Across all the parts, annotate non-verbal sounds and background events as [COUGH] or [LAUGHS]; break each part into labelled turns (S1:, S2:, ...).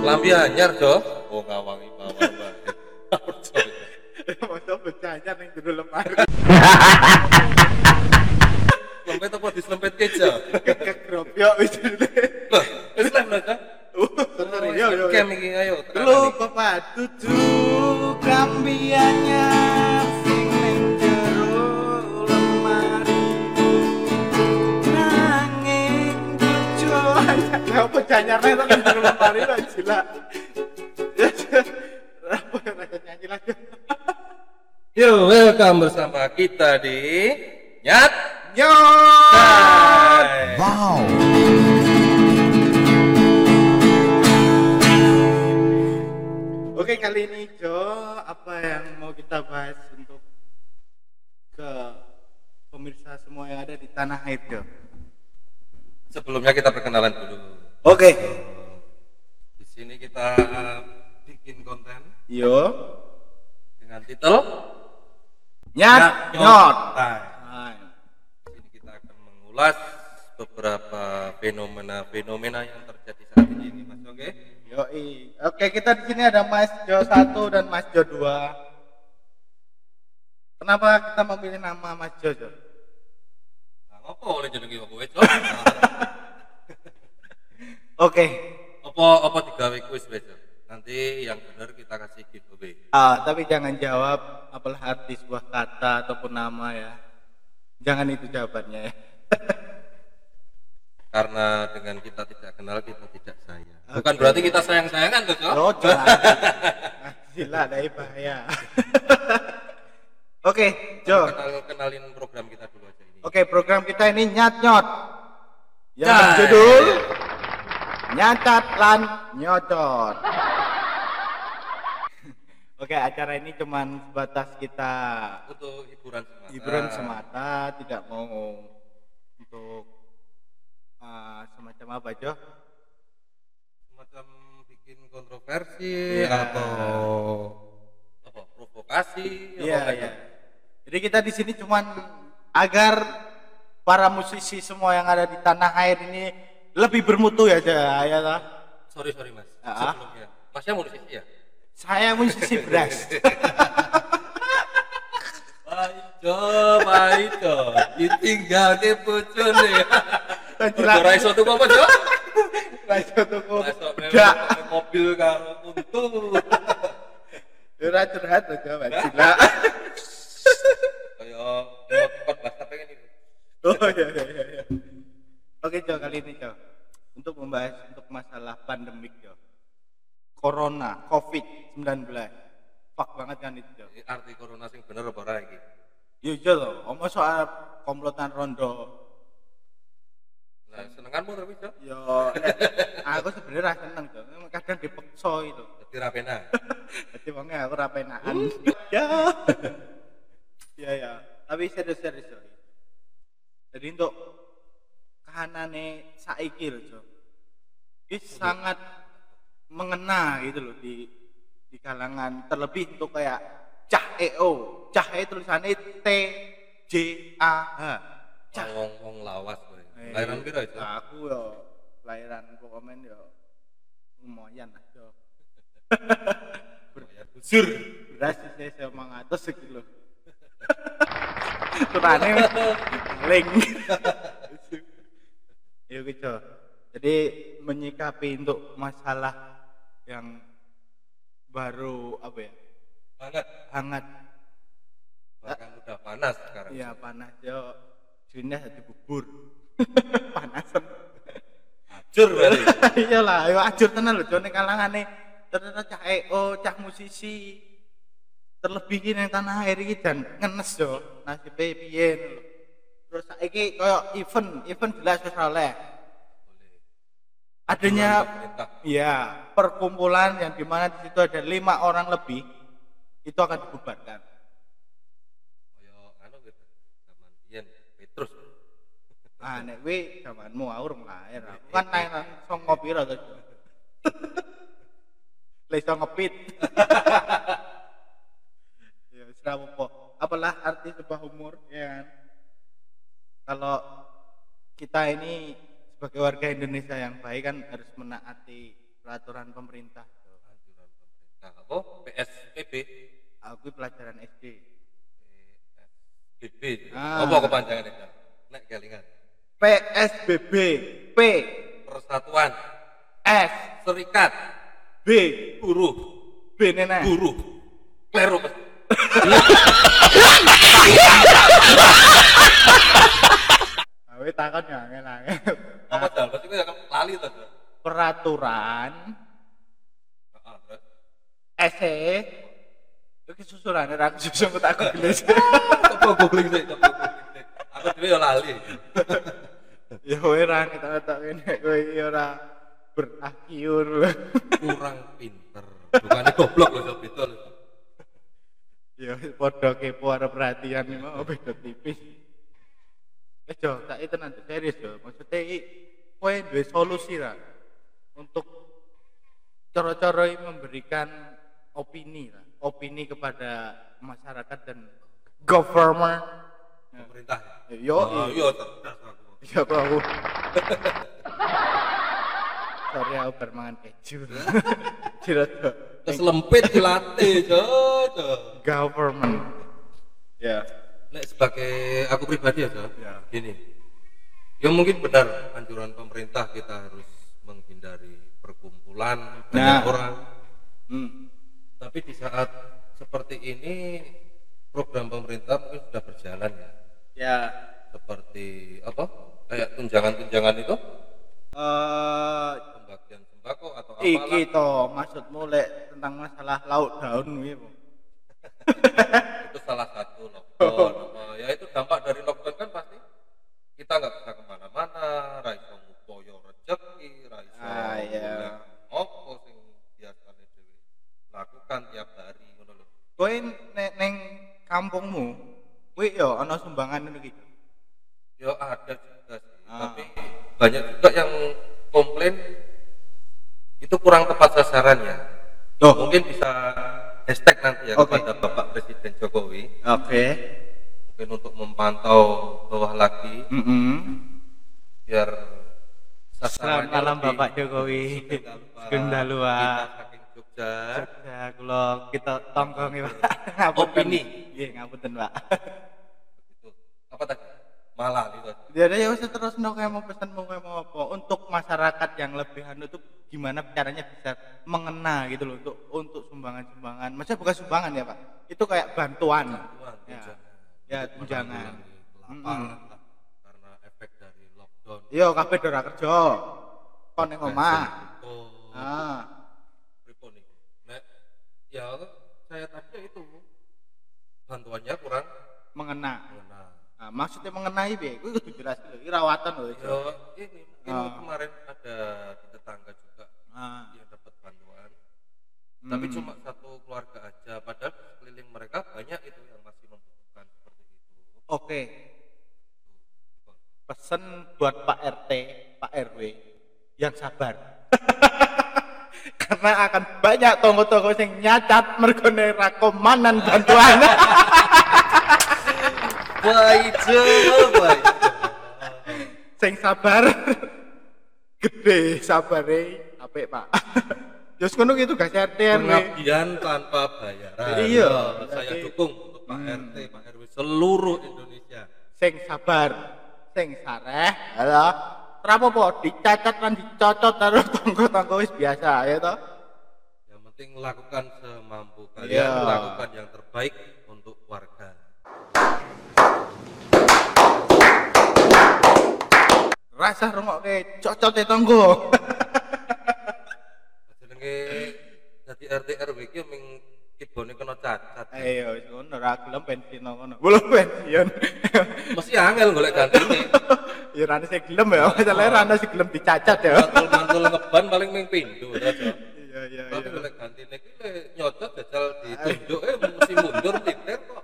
S1: Klambi anyar, Dok. Oh, ngawangi mawon, Mbak.
S2: Masa becanya Eh, ning jero lemari [LAUGHS]
S1: Lempet apa dislempet keja?
S2: kegrop yo wis dulu.
S1: Loh, wis lah, Mbak.
S2: Bener yo yo.
S1: Kem iki ayo. tekan
S2: Lu
S1: iki.
S2: bapak tuju klambi anyar sing ning jero lemari. Nanging tuju anyar. Lah becanya ning jero lemari lah [LAUGHS] gila. Apa yang ada nyanyi lagi?
S1: Yo, welcome bersama kita di Nyat
S2: Yo.
S1: Hai.
S3: Wow.
S2: Oke kali ini Jo, apa yang mau kita bahas untuk ke pemirsa semua yang ada di tanah air Jo?
S1: Sebelumnya kita perkenalan dulu.
S2: Oke.
S1: Di sini kita eh, bikin konten
S2: Yo.
S1: dengan titel
S2: Nyat nyot. Hai.
S1: Di sini kita akan mengulas beberapa fenomena-fenomena yang terjadi saat ini, Mas. Oke.
S2: Yoi. Oke kita di sini ada Mas Jo 1 dan Mas Jo 2 Kenapa kita memilih nama Mas Jo Jo?
S1: Nah, apa oleh jenenge kowe, Cok?
S4: Oke,
S1: Apa apa digawe kuis wes, Cok? Nanti yang benar kita kasih giveaway.
S4: ah, tapi jangan jawab apalah arti sebuah kata ataupun nama ya. Jangan itu jawabannya ya.
S1: Karena dengan kita tidak kenal, kita tidak sayang. Bukan berarti kita sayang-sayangan tuh, Cok.
S4: Rojo
S2: Ah, Gila dari bahaya.
S4: [LAUGHS] Oke, Jo.
S1: Kenal kenalin program kita dulu aja ini.
S4: Oke, program kita ini nyat nyot. Yang
S1: Nyat.
S4: berjudul nyatat lan nyocot. [LAUGHS] Oke, acara ini cuman sebatas kita
S1: Untuk hiburan semata.
S4: hiburan semata, tidak mau untuk ah, semacam apa, Jo?
S1: Semacam bikin kontroversi
S4: Iya.
S1: atau apa provokasi
S4: Iya,
S1: apa gitu.
S4: iya. Jadi kita di sini cuman agar para musisi semua yang ada di tanah air ini lebih bermutu ya, Ja, ya lah.
S1: sorry sorry mas
S4: Ah.
S1: sebelumnya masnya mau musisi ya
S4: Saya musisi [LAUGHS] beras.
S1: Paido, paido, ditinggal ke pucun ya.
S2: Tanjilan.
S1: Ora iso tuku apa, Cok?
S2: Mas Jo tuku
S1: Ora iso
S2: bedak.
S1: mewah mobil karo untu.
S2: Ora curhat loh Jo, Mas. Gila.
S4: [LAUGHS]
S1: Kaya motor bahasa pengen itu.
S2: Oh iya iya iya, iya.
S4: Oke, Jo, kali ini, Jo. Untuk membahas untuk masalah pandemik, Jo. Corona, COVID-19. Fuck banget kan itu, Jo.
S1: Ini arti corona sing bener apa ora iki?
S4: Yo, Jo, loh. Omong iya soal komplotan rondo
S1: Nah, senenganmu tapi, Cok.
S4: Yo, nek- ya, eh, aku sebenarnya ra seneng tuh. Kadang dipeksa itu.
S1: Dadi ra penak.
S4: Dadi wonge aku ra penakan.
S2: Ya.
S4: Iya [LAUGHS] ya. Tapi serius-serius yo. Jadi untuk kahanane saiki lho, Jo. Ini sangat mengena gitu loh di di kalangan terlebih untuk kayak cah EO. Cah E tulisannya T J A H. Cah.
S1: Wong wong lawas kowe.
S4: Eh.
S1: Lahiran piro, Cok?
S4: Nah, aku yo lahiran pokoknya yo lumayan lah yo.
S1: Sur.
S4: beras sih saya mau ngatus sekilo
S1: [LAUGHS]
S4: turane link [LAUGHS] ya gitu jadi menyikapi untuk masalah yang baru apa ya
S1: Banget.
S4: hangat
S1: Bahkan udah panas sekarang.
S4: ya panas yo Juni jadi bubur [LAUGHS] panasan
S1: Sur berarti.
S4: [LAUGHS] iyalah yo ajur tenan lho jone kalangane ternyata cah EO cah musisi terlebih ini yang tanah air ini dan ngenes yo nasibnya piye ngono lho. terus saiki koyo event event jelas wis oleh adanya
S1: Pemerintah.
S4: ya perkumpulan yang dimana di situ ada lima orang lebih itu akan dibubarkan
S1: Kaya anu gitu. Zaman biyen Petrus.
S4: ah nek kuwi jamanmu aku rung lahir aku kan lahiran songo piro [LAUGHS] to lha iso ngepit [LAUGHS] ya wis ra apa apalah arti sebuah umur ya kan kalau kita ini sebagai warga Indonesia yang baik kan harus menaati peraturan pemerintah Jo.
S1: anjuran pemerintah apa PSPB
S4: aku iki pelajaran SD
S1: PSBB
S4: Ah.
S1: apa kepanjangannya Kak? nek kelingan
S4: PSBB P
S1: persatuan
S4: S
S1: serikat
S4: B
S1: buruh
S4: B nenek
S1: buruh klero Mas.
S4: Awe takon ya angel angel.
S1: apa dal pasti gue akan kan lali tuh Dal.
S4: Peraturan
S1: Heeh, terus.
S4: SE Oke susulan aku susun aku takut gelis.
S1: coba googling sih coba googling sih aku dhewe ya lali
S4: Ya kowe ra tak tak ngene kowe iki ora berakhir lho.
S1: kurang pinter bukannya goblok loh sob itu loh.
S4: Ya padha kepo arep perhatian iki mau beda tipis. Eh Jo, tak itu nanti serius Jo. Maksudnya iki kowe duwe solusi ra untuk cara-cara ini memberikan opini lah, opini kepada masyarakat dan government.
S1: pemerintah
S4: Yo, iya.
S1: Oh, iya cerdas aku
S4: Ya kok aku. Sorry aku baru mangan keju. Kira tuh
S1: keselempit di lantai cocok
S4: government. Ya.
S1: Nek sebagai aku pribadi aja,
S4: Ya.
S1: gini, ya mungkin benar anjuran pemerintah kita harus menghindari perkumpulan banyak
S4: Nah.
S1: orang.
S4: Hmm.
S1: Tapi di saat seperti ini program pemerintah mungkin sudah berjalan ya,
S4: Ya.
S1: seperti apa? Kayak tunjangan-tunjangan itu,
S4: Eh,
S1: pembagian sembako atau apalah.
S4: iki to maksudmu lek tentang masalah laut daun kuwi apa?
S1: itu salah satu
S4: Oh.
S1: lockdown Eh, ya itu dampak dari lockdown kan pasti kita nggak bisa kemana-mana raiso ngupoyo rezeki raiso
S4: Ah, iya.
S1: golek opo sing biasanya dhewe lakukan tiap hari ngono lho
S4: Kowe neng, neng kampungmu kuwi yo ana sumbangan ngono iki.
S1: ya ada juga sih
S4: Ah.
S1: tapi banyak juga yang komplain itu kurang tepat sasaran ya
S4: Loh.
S1: mungkin bisa hashtag nanti ya
S4: Oh. Oke.
S1: kepada Bapak Presiden Jokowi
S4: Oke.
S1: mungkin untuk memantau bawah lagi
S4: Heeh.
S1: biar
S4: Selamat
S1: sasarannya
S4: malam
S1: lebih-
S4: Bapak Jokowi.
S1: Sugeng
S4: Sugeng
S1: daluan.
S4: daluan.
S1: Kita saking Jogja.
S4: Ya, kalau kita tongkrongi [LAUGHS] pak. Ngapunten.
S1: Opini.
S4: Iya ngapunten pak.
S1: Itu. gitu. Apa tadi? Malah itu.
S4: Jadi [LAUGHS] ya usah terus no kayak mau pesan mau kayak mau apa untuk masyarakat yang lebih anu tuh gimana caranya bisa mengena gitu loh untuk untuk sumbangan sumbangan. Maksudnya bukan sumbangan ya pak. Itu kayak bantuan.
S1: Bantuan,
S4: Ya,
S1: tunjangan.
S4: ya
S1: Untuk
S4: tunjangan.
S1: menanggulangi
S4: Mm-mm.
S1: Kelaparan lah. karena efek dari lockdown.
S4: Iya kabeh dora kerja. Kon ning omah.
S1: Oh,
S4: Ah.
S1: pripun iku? Nek ya saya tadi ya itu bantuannya kurang
S4: Mengena.
S1: mengenal.
S4: Nah, maksudnya mengenai be, gue kudu jelas dulu. Ini rawatan loh.
S1: Ya
S4: itu.
S1: ini mungkin
S4: Ah.
S1: kemarin ada di tetangga juga
S4: Ah.
S1: yang dapat bantuan tapi
S4: Hmm.
S1: cuma satu keluarga aja padahal di sekeliling mereka banyak itu yang masih membutuhkan seperti itu
S4: Oke. Pesan buat Pak RT, Pak RW yang sabar. [LAUGHS] Karena akan banyak tonggo-tonggo yang nyacat mergone rakomanan bantuan. [LAUGHS]
S1: Baija, baija.
S4: sing sabar. [LAUGHS] Gede sabare, apik Pak. [LAUGHS] Ya ngono gitu tugas RT RW.
S1: Pengabdian tanpa bayaran. Nah,
S4: Iya. Hmm.
S1: Saya
S4: Jadi-
S1: dukung untuk Pak RT, Pak RW seluruh Indonesia.
S4: Sing sabar, sing sareh. Halo. Rapopo dicacat lan dicocot karo tonggo-tonggo wis biasa ya toh.
S1: Yang penting lakukan semampu kalian,
S4: Iya.
S1: lakukan yang terbaik untuk warga.
S4: rasa rungok ke cocot tonggo
S1: Jenenge dadi RT RW iki ming kibone kena cacat.
S4: ayo wis ngono ra gelem pensiun ngono belum pensiun [LAUGHS]
S1: Mesti angel golek gantine.
S4: ya rane sing gelem ya masalahnya rane sing gelem dicacat ya
S1: Mantul-mantul ngeban paling ming pindho aja.
S4: iya iya
S1: Tapi oleh ganti nek iki lek nyocot jajal ditunjuk eh mesti mundur liter kok.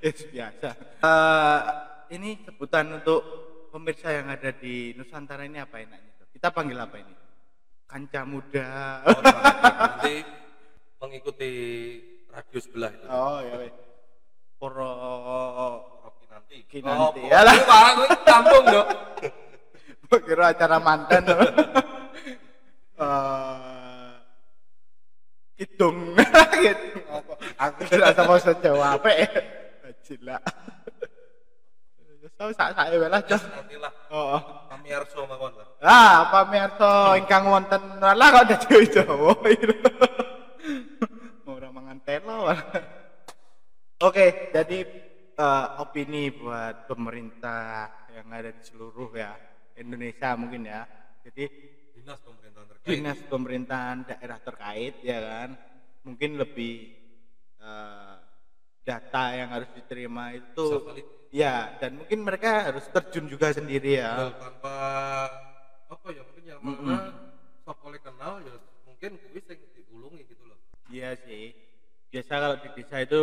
S4: Yes, biasa Eh, ini sebutan untuk pemirsa yang ada di Nusantara ini apa enaknya tuh? kita panggil apa ini kanca muda
S1: Oh, iya. Nanti mengikuti radio sebelah itu.
S4: [LAUGHS] oh ya wes poro
S1: Rocky nanti.
S4: Kinanti.
S1: Oh,
S4: Alah.
S1: Pak, aku ini kampung dong.
S4: [LAUGHS] kira acara mantan Eh, [LAUGHS] Gedung gitu. Apa? Aku tidak sama sejawab eh. Bajil lah. [LAUGHS] Ya, Wis tau sak-sake wae lah, Cok.
S1: Nantilah
S4: Oh.
S1: kami harus mawon lah.
S4: Ah, pamirsa ingkang wonten lah kok dadi Jawa. Mau [LAUGHS] ora mangan telo. Oke, jadi eh, opini buat pemerintah yang ada di seluruh ya Indonesia mungkin ya. Jadi
S1: Dinas pemerintahan terkait.
S4: dinas pemerintahan daerah terkait ya kan mungkin lebih eh, data yang harus diterima
S1: Bisa
S4: itu
S1: valid.
S4: ya dan mungkin mereka harus terjun juga sendiri ya
S1: Tinggal tanpa apa ya mungkin ya
S4: Mm-mm.
S1: mana sok oleh kenal ya mungkin kuwi sing diulungi gitu loh.
S4: iya sih biasa kalau di desa itu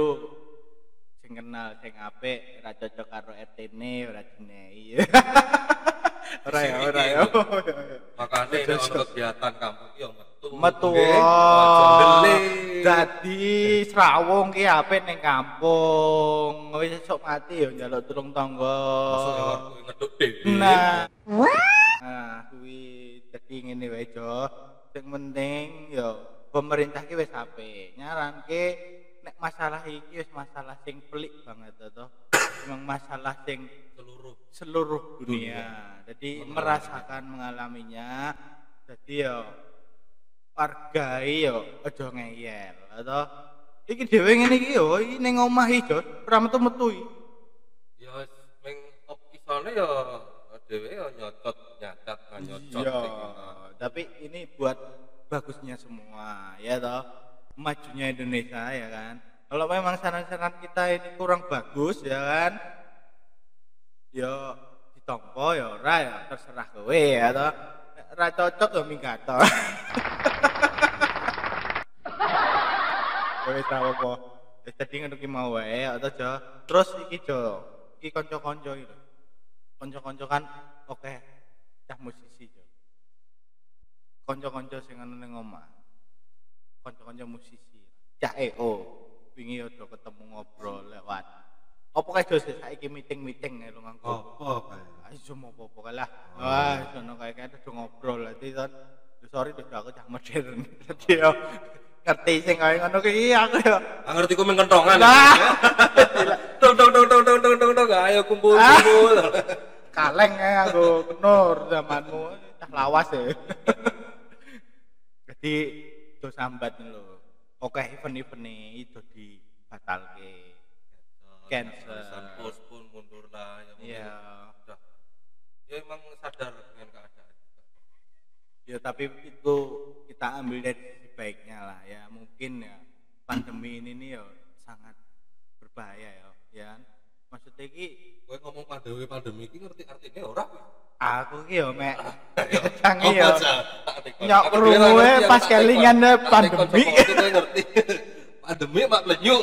S4: sing kenal sing apik ora cocok karo RT-ne ora dinei [LAUGHS] ora ya ora ya
S1: Makanya ini
S4: Betul,
S1: ono kegiatan kampung ya metu.
S4: metu Oh.
S1: nggih. Jendele.
S4: dadi srawung ki apik ning kampung wis esuk mati ya njaluk tulung tangga
S1: Masuk ya warung ngeduk Eh, dhewe.
S4: nah nah kuwi dadi ngene wae Jo sing penting ya pemerintah ki wis apik nyaranke nek masalah iki wis masalah sing pelik banget ya toh emang masalah sing
S1: seluruh
S4: seluruh dunia. Jadi
S1: Mengalami.
S4: merasakan mengalaminya. Jadi yo hargai yo aja ngeyel atau iki dhewe ngene iki yo iki ning omah iki Jod, ora metu-metu iki.
S1: ya ming op isone ya eh, dhewe ya nyocot nyacat kan nyocot
S4: Iya,
S1: sing ngono.
S4: tapi ini buat bagusnya semua ya toh majunya Indonesia ya kan. Kalau memang saran-saran kita ini kurang bagus ya kan, ya ditompo ya ora ya terserah kowe ya toh. Nek Ora cocok ya minggat toh. Kowe tau apa? Wis tadi ngono ki mau wae atau jo. Terus iki jo, iki kanca-kanca iki lho. Kanca-kanca kan oke cah musisi jo. Kanca-kanca sing ana ning omah. Kanca-kanca musisi. Cah EO wingi udah ketemu ngobrol lewat. Apa kae jo sih saiki meeting-meeting lho mangko.
S1: Apa kae?
S4: Ayo mau apa apa lah. Wah, sono kayak kayak udah ngobrol nanti kan. Ya, Sorry udah aku cah modern. Jadi ya ngerti sing kaya ngono ki aku ya.
S1: Ah ngerti ku ming kentongan.
S4: Lah.
S1: Tong tong tong tong tong tong tong tong ayo kumpul
S4: Ah. [LAUGHS]
S1: kumpul.
S4: Kaleng kayak aku kenur zamanmu cah lawas ya. Jadi itu sambat lho. Oke event-event ini itu dibatalke. Cancel.
S1: Tulisan pos pun mundur lah ya mungkin
S4: Iya.
S1: udah. Ya emang sadar dengan keadaan.
S4: Ya tapi itu kita ambil dari sisi baiknya lah ya mungkin ya pandemi ini nih ya sangat berbahaya ya ya kan? maksudnya ki
S1: Kowe ngomong pandemi pandemi iki ngerti artine ora kowe?
S4: aku ki ya mek [LAUGHS]
S1: Ayo.
S4: canggih ya
S1: Apa, Cak? Tak tekon.
S4: Nyok
S1: Aku dhewe
S4: krungu
S1: ra ngerti,
S4: e
S1: aku
S4: pas
S1: tak tekon.
S4: kelingan e
S1: Tak tekon
S4: pandemi.
S1: saka iki kowe ngerti. Pandemi mak lenyu.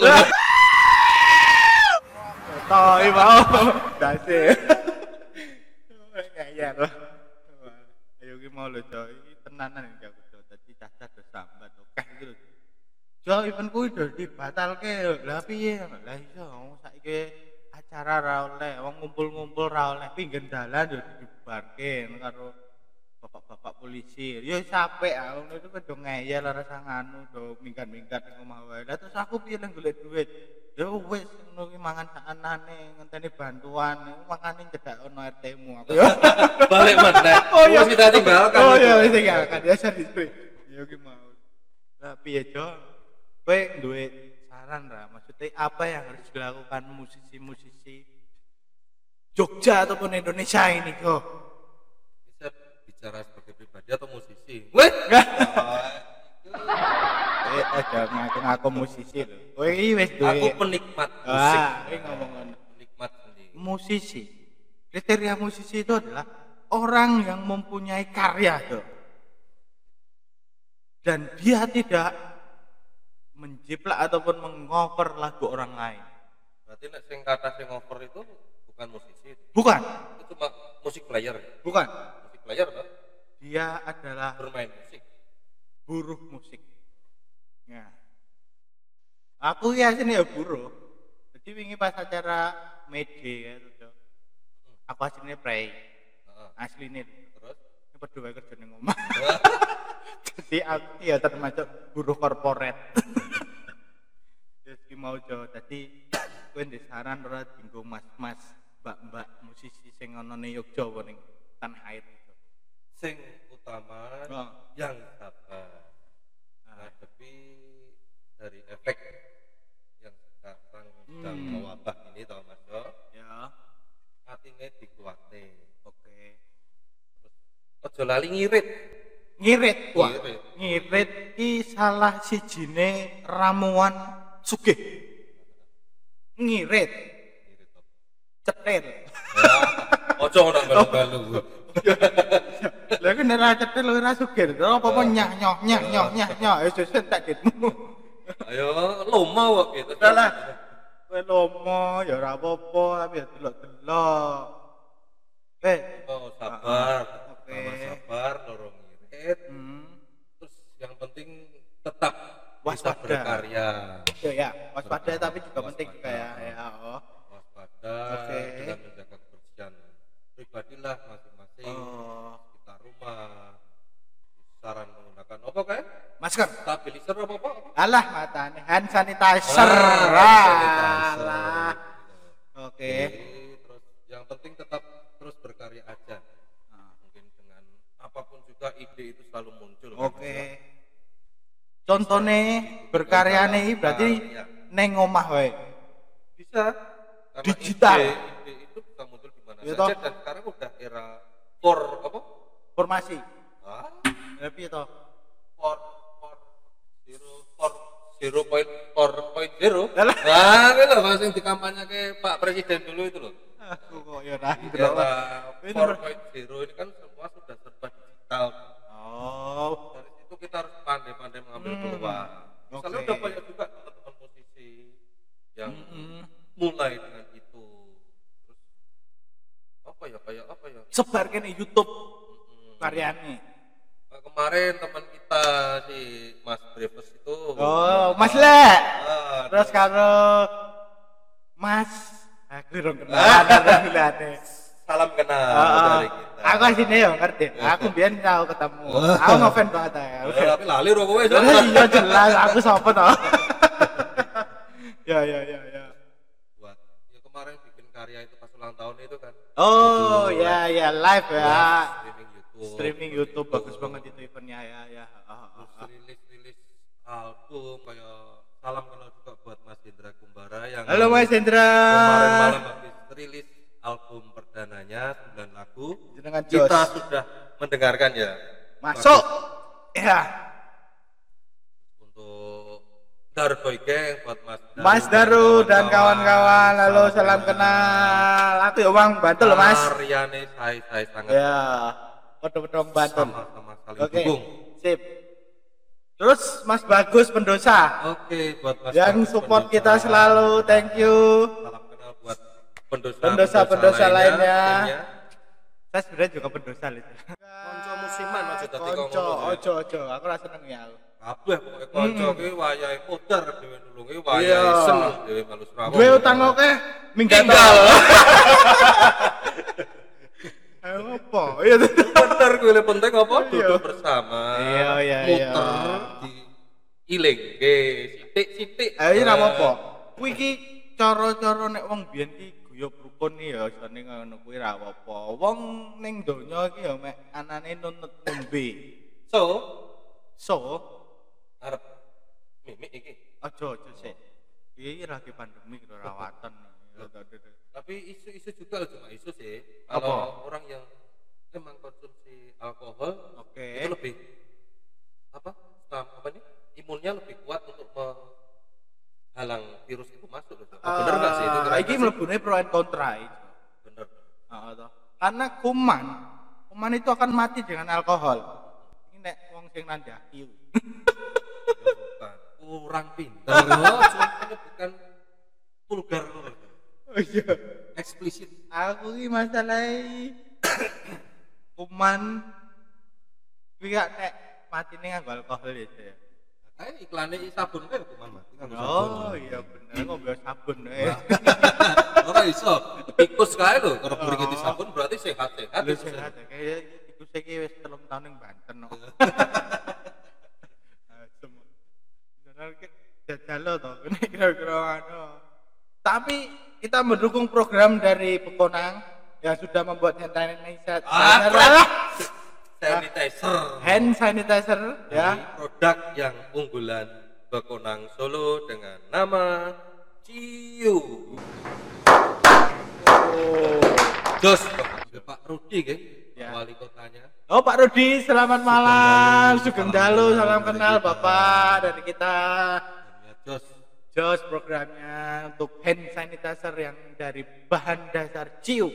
S4: toh i mau dasi ya loh ayo ki mau lo coy Ini tenanan ini aku coy tadi cacat terus sambat oke gitu lho. coy event kuwi udah dibatalke lah piye lah iso wong saiki acara ra oleh wong ngumpul-ngumpul ra oleh pinggir dalan yo dibubarke karo bapak-bapak polisi yo sampe aku ngono itu kudu ngeyel ora usah nganu do minggat-minggat nang omah wae lah terus aku piye lek golek duit yo wis ngono ki mangan sakanane ngenteni bantuan makane cedak ono RT-mu aku
S1: Balik
S4: [LAUGHS]
S1: meneh. Wis kita tinggalkan.
S4: iya. oh iya wis tinggalkan ya sorry sorry ya ki mau tapi ya Jo kowe duwe saran ra maksudnya apa yang harus dilakukan musisi-musisi Jogja ataupun Indonesia ini Jo
S1: Bisa bicara sebagai pribadi atau musisi? Wih.
S4: eh aja ngaku ngaku musisi lho kowe iki wis duwe
S1: Aku penikmat musik.
S4: Iya. ah kowe ngomong ngono
S1: Penikmat seni.
S4: musisi kriteria musisi itu adalah orang yang mempunyai karya Jo. dan dia tidak menjiplak ataupun mengover lagu orang lain
S1: Berarti nek sing kata sing over itu bukan musisi, itu
S4: bukan
S1: cuma musik player.
S4: bukan
S1: Musik player toh
S4: dia adalah
S1: bermain musik.
S4: buruh musik nah aku ya sini ya buruh jadi wingi pas acara mede ya itu, Jo. aku aslinya pray
S1: Heeh.
S4: aslinya
S1: Ah, Terus
S4: kepedu wae kerja ning omah. Jadi aku ya termasuk buruh korporat.
S1: [LAUGHS]
S4: Terus ki mau jo dadi kowe ndek saran ora dinggo mas-mas, mbak-mbak musisi sing ana ning Yogya apa ning tanah air. Jo?
S1: sing utama
S4: Oh.
S1: yang sabar menghadapi dari efek yang sekarang sedang
S4: Hmm.
S1: mewabah ini tau mas yo
S4: Ya,
S1: atine dikuwate
S4: oke.
S1: ojo lali ngirit
S4: Ngirit wah.
S1: Ngirit.
S4: Ngirit ki salah sijine ramuan sugih. Ngirit,
S1: ngirit apa?
S4: cetil.
S1: Ya, ojo ngono balu-balu
S4: Lah kan ora cetil ora sugih. Ora apa-apa
S1: Oh.
S4: nyah nyoh nyah nyoh nyah nyoh. Eh sesen tak ditmu.
S1: ayo lomo kok gitu
S4: Udah lah. Kowe lomo ya ora apa-apa tapi ya delok-delok. Eh,
S1: oh sabar
S4: Ah, Oke.
S1: Lama sabar loro ngirit
S4: hmm.
S1: terus yang penting tetap
S4: Waspada.
S1: bisa berkarya
S4: Ya ya, waspada tapi juga
S1: Waspada.
S4: penting juga ya. Ya, oh.
S1: waspada
S4: Oke.
S1: dengan menjaga kebersihan pribadilah masing-masing
S4: Oh.
S1: kita rumah saran menggunakan apa kayak
S4: Masker.
S1: stabilizer apa apa apa?
S4: Alah matane hand sanitizer.
S1: Ah,
S4: Ah,
S1: sanitizer.
S4: Alah. Oke.
S1: Oke. terus yang penting tetap terus berkarya aja Nah, mungkin dengan apapun juga ide itu selalu muncul kan,
S4: Oke.
S1: Mas, ya.
S4: Contone berkaryane iki berarti
S1: Karya.
S4: neng omah wae.
S1: bisa Karena
S4: Digital.
S1: ide, ide itu bisa muncul di mana
S4: Ya,
S1: saja
S4: toh.
S1: dan sekarang udah era for apa
S4: Formasi.
S1: ah
S4: Ya piye to?
S1: for for zero for zero point for point zero
S4: Alah.
S1: nah ini loh mas yang dikampanye ke pak presiden dulu itu loh
S4: Aku kok ya ora
S1: era
S4: ndelok. Ini
S1: for
S4: ber-
S1: point zero ini kan semua sudah serba digital
S4: Oh,
S1: dari situ kita harus pandai-pandai mengambil
S4: Hmm.
S1: peluang
S4: Oke.
S1: soalnya udah banyak juga teman-teman musisi yang
S4: Mm-mm.
S1: mulai dengan itu terus apa ya kayak apa ya
S4: sebar kene YouTube
S1: Mm-mm.
S4: karyane.
S1: Nah, kemarin teman kita si Mas Brevis itu
S4: Oh, Mas Lek.
S1: Ah,
S4: Terus karo Mas aku rong kenalan rong [LAUGHS] kelihatan.
S1: salam kenal
S4: Oh,
S1: dari kita
S4: aku sini ya ngerti. Aku biar tahu ketemu. Aku ngefans banget [LAUGHS] ya.
S1: Eh, tapi lali roh kowe Jon.
S4: Lah, Iya jelas aku sapa [LAUGHS] toh. Ya ya ya ya.
S1: buat ya kemarin bikin karya itu pas ulang tahun itu kan
S4: Oh ya ya live ya.
S1: streaming YouTube
S4: Streaming
S1: seperti
S4: YouTube
S1: itu.
S4: bagus banget itu eventnya ya ya. Ah, ah,
S1: terus
S4: ah.
S1: rilis rilis album kayak salam kenal juga buat Mas Indra Kumbara yang
S4: Halo Mas Hendra.
S1: kemarin malam habis rilis album perdananya 9 lagu
S4: Jenengan
S1: kita
S4: Jos.
S1: sudah mendengarkan ya
S4: Masuk. Ya.
S1: Bagus. untuk Dar Boy Gang buat Mas Daru,
S4: Mas Daru dan kawan-kawan, halo salam kenal. Aku ya Bang Bantul loh, Mas.
S1: Ariane Sai Sai sangat
S4: Ya. Pedong-pedong Bantul.
S1: sama-sama saling
S4: Oke.
S1: dukung
S4: Sip. Terus Mas Bagus pendosa
S1: oke buat Mas
S4: yang
S1: Daru,
S4: support
S1: pendosa.
S4: kita selalu. Thank you.
S1: salam kenal buat pendosa
S4: Pendosa-pendosa lainnya.
S1: timnya.
S4: Saya sebenarnya juga pendosa lho.
S1: Konco musiman, ojo dadi kau
S4: Konco,
S1: ngono, Jon.
S4: ojo ojo. Aku rasa seneng ya. aku.
S1: ya. kabeh pokoke kanca kuwi wayahe puter dhewe nulungi
S4: Iya.
S1: wayahe seneng dhewe melu Surabaya.
S4: Gue utang oke minggat.
S1: tinggal.
S4: Ayo apa? Iya. tuh.
S1: [LAUGHS] Bener kuwi le penting apa
S4: Iya.
S1: duduk bersama.
S4: Iya, iya, iya.
S1: Muter di ilingke sithik-sithik.
S4: Ayo iki Ah, iya, ra
S1: Eh.
S4: apa-apa. Kuwi iki cara-cara nek wong biyen iki guyub rukun iki ya jane ngono kuwi ra apa-apa. Wong ning donya iki ya mek anane nuntut ngombe.
S1: Eh, So,
S4: So,
S1: arep mimik iki.
S4: aja aja sik. Iki lagi pandemi lho rawatan.
S1: Tapi isu-isu juga loh, cuma isu sih.
S4: Apa?
S1: Kalau orang yang memang konsumsi alkohol
S4: Oke.
S1: itu lebih apa? Nah, apa nih? Imunnya lebih kuat untuk menghalang virus itu masuk loh.
S4: Eh,
S1: Bener nggak sih itu?
S4: Iki
S1: keren nggak sih?
S4: mlebune pro and kontra. iki.
S1: bener
S4: Heeh toh. Karena kuman, kuman itu akan mati dengan alkohol. Ini nek wong sing nandhaki.
S1: bukan kurang pintar loh contohnya bukan vulgar loh
S4: Oh iya.
S1: eksplisit
S4: aku ini masalah kuman tapi gak nek mati ini nganggo alkohol ya Cek.
S1: kayak iklannya ini sabun kan hukuman mati kan
S4: oh iya bener ngombe sabun ya Oh.
S1: orang iso tikus kayak loh kalau beri sabun berarti sehat sehat
S4: lu sehat ya kayak itu saiki wis telung tahun ning Banten Nah, kok. Ah, semu. Benar ki jajal lo to Ini kira-kira anu. Tapi kita mendukung program dari Pekonang yang sudah membuat hand sanitizer.
S1: Ah,
S4: Sanitizer.
S1: sanitizer
S4: hand sanitizer ya.
S1: Dari produk yang unggulan Bekonang Solo dengan nama Ciu Jos Pak Rudi kan
S4: Ya.
S1: wali kotanya
S4: Oh Pak Rudi, selamat malam. Sugeng
S1: Sugeng
S4: dalu,
S1: dalu,
S4: salam
S1: dari
S4: kenal
S1: kita.
S4: Bapak dari kita.
S1: namanya Ya, Jos
S4: Jos programnya untuk hand sanitizer yang dari bahan dasar ciu.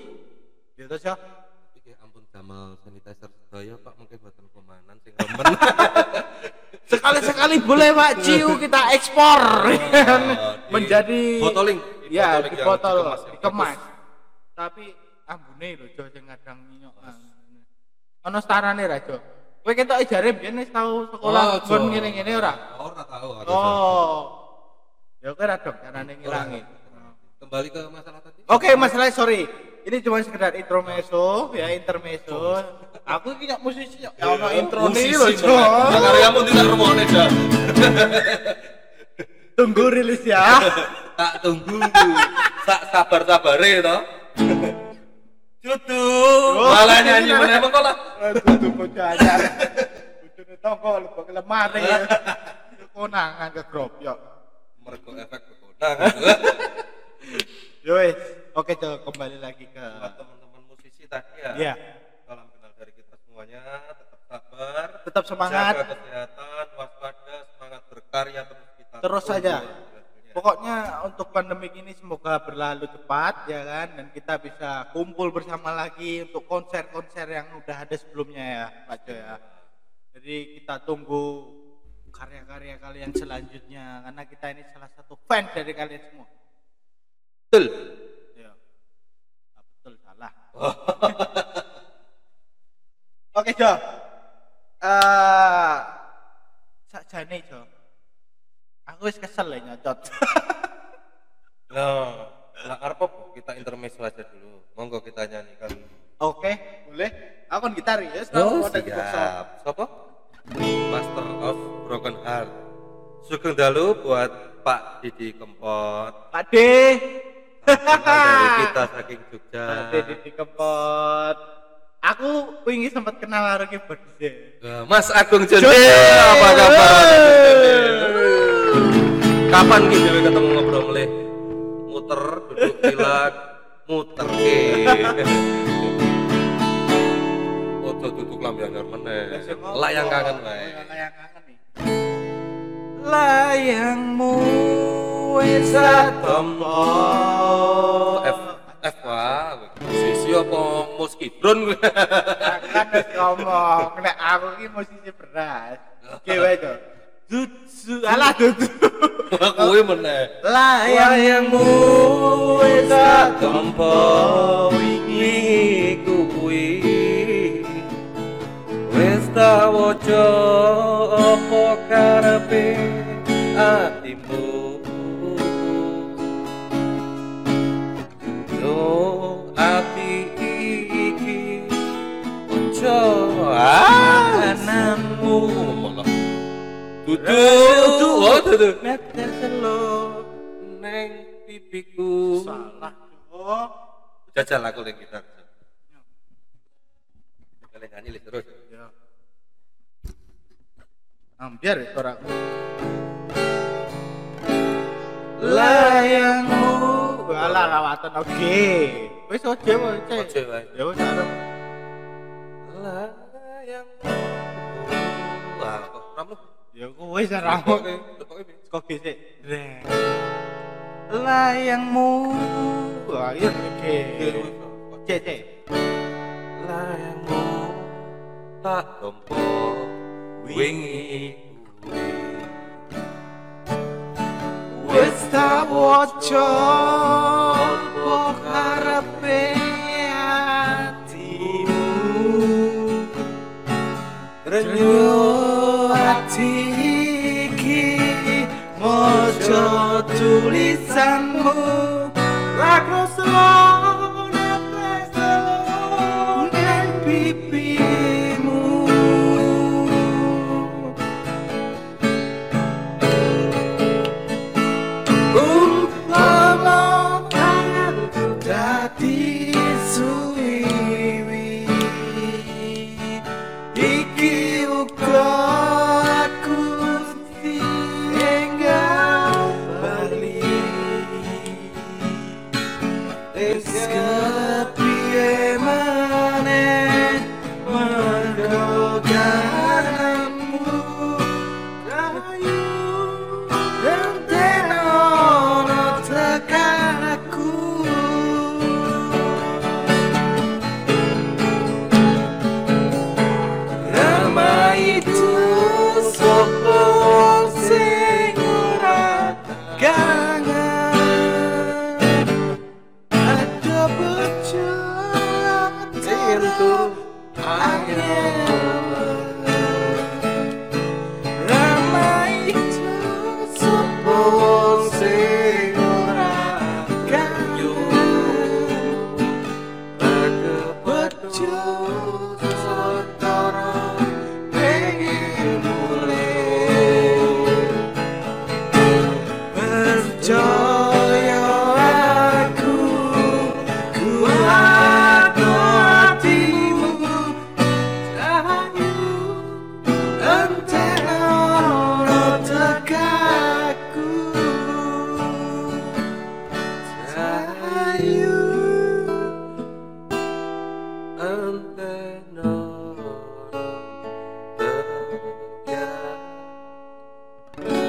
S4: Gitu Jos.
S1: tapi kayak ampun damel sanitizer sedaya Pak mungkin buatan komanan sing
S4: [LAUGHS]
S1: remen
S4: Sekali-sekali boleh Pak ciu kita ekspor
S1: Oh, di
S4: menjadi
S1: bottling, di
S4: ya
S1: bottling
S4: di
S1: yang
S4: botol
S1: dikemas, yang
S4: dikemas. Tapi ambune lho Jos sing kadang nyok. Ono starane ra Jo. Kowe ketok jare biyen wis tau sekolah
S1: Jos.
S4: bon ngene-ngene ora?
S1: ora tahu harus.
S4: Oh. Ya oke lah dok, caranya
S1: Ora.
S4: ngilangin.
S1: kembali ke masalah tadi
S4: Oke, masalah sorry. Ini cuma sekedar intermezzo, ya intermezzo. Aku ini nggak musisi, nggak ono Oh, intro nih loh, Jo.
S1: Oh, karyamu tidak rumahnya Jo
S4: Tunggu rilis ya.
S1: tak tunggu tak sabar sabare to Cudu,
S4: Oh.
S1: malah nyanyi meneh kok lah.
S4: Kudu bocah aja. Kudu tonggo lebok ke lemari. Konangan ke grup, yo.
S1: Mergo efek gitu. bekonang.
S4: Yo wes. Oke, Jo, kembali lagi ke
S1: Buat teman-teman musisi tadi ya.
S4: Iya.
S1: Salam kenal dari kita semuanya, tetap sabar,
S4: tetap
S1: jaga
S4: semangat.
S1: kesehatan, waspada, semangat berkarya terus kita.
S4: Terus
S1: tunggu
S4: saja.
S1: hasilnya.
S4: Pokoknya untuk pandemi ini semoga berlalu cepat ya kan dan kita bisa kumpul bersama lagi untuk konser-konser yang udah ada sebelumnya ya Pak Jo ya. Jadi kita tunggu karya-karya kalian selanjutnya karena kita ini salah satu fans dari kalian semua.
S1: Betul.
S4: Ya. Ah, betul salah.
S1: Oh.
S4: [LAUGHS] Oke Jo. Eh sakjane Jo. Aku wis kesel ya nyocot.
S1: Nah, nah Arpop kita intermezzo aja dulu. Monggo kita nyanyikan.
S4: Oke, boleh. Aku kan gitar ya,
S1: Sopo? Oh, Master of Broken Heart. Sugeng dalu buat Pak Didi Kempot.
S4: Pak D.
S1: Kenal dari kita saking Jogja.
S4: Pak D di kempot. Aku wingi sempat kenal karo ki Bodze.
S1: Eh, Mas Agung Jendel,
S4: Jendel.
S1: apa kabar? Mas Agung Jendel?
S4: Wuh.
S1: Kapan kita ketemu ngobrol mulai? Muter, duduk silat, muter ke. Ojo duduk lambian meneh. Layang kangen wae.
S4: Layang kangen nih. Layangmu wis
S1: Tempo F F wah. Sisi apa muskidron gue?
S4: Kan wis ngomong, nek aku ki musisi beras. Oke wae to. Dudsu, alah dudsu.
S1: Kuwi meneh.
S4: Layangmu wis tak
S1: tempo wingi kuwi wis tak waca apa karepe atimu yo ati iki waca ananmu malah duduk oh duduk
S4: meter selo.
S1: neng pipiku
S4: Salah. Oh,
S1: jajal aku lagi gitar kalian nyanyi Lis, terus
S4: ya. Ambiar ya suaraku. Layangmu. Alah lawatan oke. Wis oke wae. Cek.
S1: Oke, wae.
S4: Ya wis arep.
S1: layangmu wah kok ram lu
S4: Ya kowe wis ora mau.
S1: Tepoknya, Bi.
S4: Kok gesek. Dreng. Layangmu. Wah, iya oke. Cek cek.
S1: layangmu tak tompo wingi
S4: Wis tak waca apa karepe atimu Renyo ati iki mojo tulisanmu Lagu selo nafas selo nang pipi
S1: dirimu Umpama tanganku dadi suwiwi Iki uga aku sehingga bali Wis kepiye maneh mergo garammu Rayu Enten ono tekan aku Rama itu sopo sing ora kangen ada berjuang tentu Ramai itu sepuluh sing ora kayu Berkepecut setara pengen mulai Percaya aku Kuat hatimu Rahayu Entah ono tegakku Rahayu Entah ono tegakku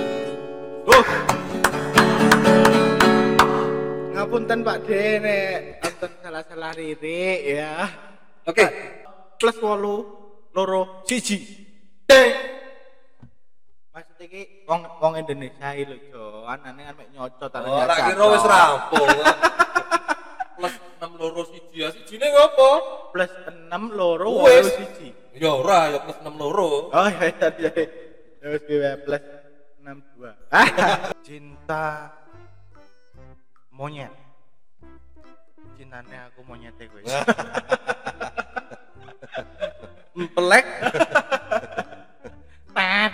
S4: Ngapunten Pak D nek enten salah-salah ririk ya.
S5: Oke.
S4: Plus 8 loro siji.
S5: Eh.
S4: Maksud iki wong wong Indonesia iki lho, Jo. Anane kan mek nyocot arek
S5: Ora
S4: nyocot.
S5: Oh, kira wis rampung. Plus 6 loro siji ya sijine ngopo?
S4: Plus 6 loro
S5: Wis.
S4: wolu siji.
S5: Ya ora ya plus 6 loro.
S4: Oh iya iya iya. Ya wis piye plus
S5: [LAUGHS]
S4: 62. Cinta monyet. Cintane aku monyet
S5: [LAUGHS]
S4: e kowe. Empelek. Tet.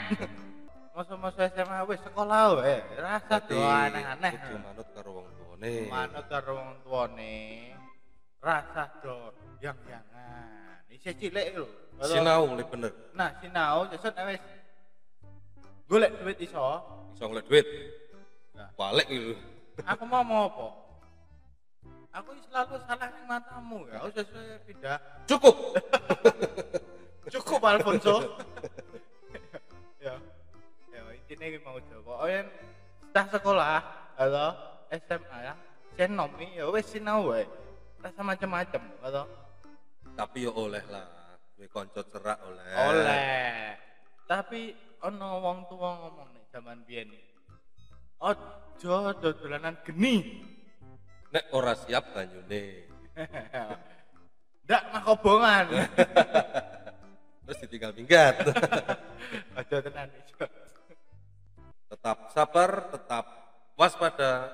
S4: Masa-masa SMA wis sekolah wae. Rasa
S5: Dadi
S4: do Oh, aneh-aneh.
S5: kudu manut karo wong tuane.
S4: Manut karo wong tuane. Rasa do yang-yangan. Isih cilik lho. Kalau-
S5: Sinau le bener.
S4: Nah, sinau sesuk nek wis golek duit iso.
S5: Iso golek duit.
S4: Nah.
S5: Balik gitu.
S4: Aku mau mau apa? Aku selalu salah ning matamu ya. Aku sesuai pindah. [LAUGHS]
S5: Cukup.
S4: Cukup Alfonso. ya. Ya, intine iki mau jawab. Oh, yen cah sekolah, halo SMA ya. Sen nomi ya wis sinau wae. Rasa macam-macam, halo.
S5: Tapi yo oleh lah. Duwe kanca cerak oleh.
S4: Eh. Oleh. Tapi ono wong tuwa ngomong nih zaman biyen. Ojo dodolanan geni. [LAUGHS]
S5: Nek ora siap banyune.
S4: Ndak makobongan. [LAUGHS]
S5: Terus ditinggal minggat.
S4: Ojo tenan iso.
S5: tetap sabar, tetap waspada.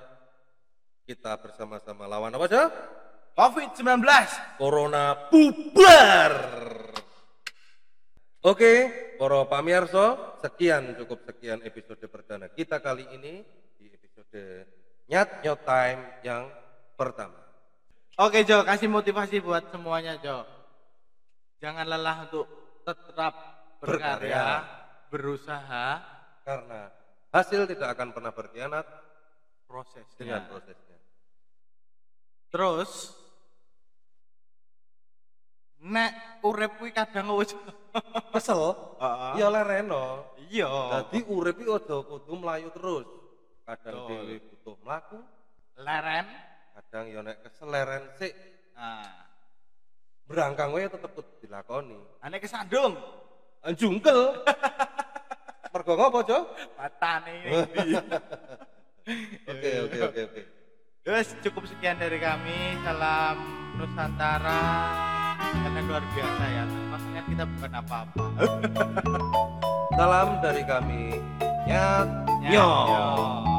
S5: Kita bersama-sama lawan apa aja?
S4: Covid-19.
S5: Corona bubar. Oke, para pamirsa, sekian cukup sekian episode perdana kita kali ini di episode Nyat Nyot Time yang pertama.
S4: Oke Jo, kasih motivasi buat semuanya Jo. Jangan lelah untuk tetap berkarya,
S5: Berkarya.
S4: berusaha,
S5: Karena hasil tidak akan pernah berkhianat dengan
S4: prosesnya.
S5: prosesnya.
S4: Terus nek urip kuwi kadang [LAUGHS] ojo.
S5: Kesel?
S4: Heeh.
S5: Ya oleh Reno.
S4: Iya.
S5: Jadi urip iki aja kudu mlayu terus. Kadang
S4: Betul.
S5: dhewe butuh mlaku,
S4: leren.
S5: kadang ya nek keseleren sik
S4: Nah,
S5: berangkang wae tetep kudu dilakoni.
S4: ane kesandung.
S5: Anjungkel. Mergo ngopo, Jo?
S4: Matane ini.
S5: Oke, oke, oke, oke.
S4: Terus cukup sekian dari kami. Salam Nusantara. Karena luar biasa ya. Maksudnya kita bukan apa-apa.
S5: Salam dari kami. Nyat.
S4: Ya,
S5: Nyot.
S4: yo.